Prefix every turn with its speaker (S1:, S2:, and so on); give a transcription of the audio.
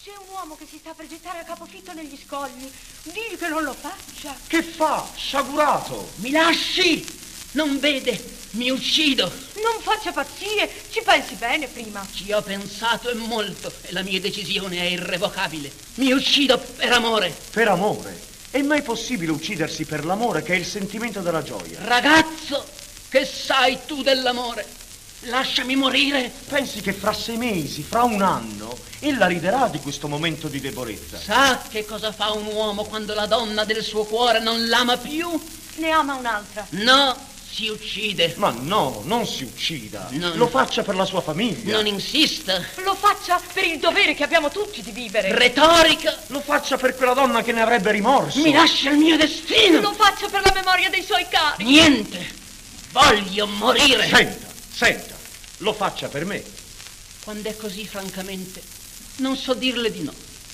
S1: C'è un uomo che si sta per gettare a capofitto negli scogli. Digli che non lo faccia.
S2: Che fa? Sciagurato!
S3: Mi lasci? Non vede? Mi uccido.
S1: Non faccia pazzie, ci pensi bene prima.
S3: Ci ho pensato e molto e la mia decisione è irrevocabile. Mi uccido per amore.
S2: Per amore. È mai possibile uccidersi per l'amore che è il sentimento della gioia?
S3: Ragazzo, che sai tu dell'amore? Lasciami morire.
S2: Pensi che fra sei mesi, fra un anno, ella riderà di questo momento di debolezza?
S3: Sa che cosa fa un uomo quando la donna del suo cuore non l'ama più?
S1: Ne ama un'altra.
S3: No, si uccide.
S2: Ma no, non si uccida.
S3: No,
S2: Lo
S3: no.
S2: faccia per la sua famiglia.
S3: Non insista.
S1: Lo faccia per il dovere che abbiamo tutti di vivere.
S3: Retorica.
S2: Lo faccia per quella donna che ne avrebbe rimorso.
S3: Mi lascia il mio destino.
S1: Lo faccia per la memoria dei suoi cari.
S3: Niente. Voglio morire.
S2: Senta, senta. Lo faccia per me.
S3: Quando è così, francamente, non so dirle di no.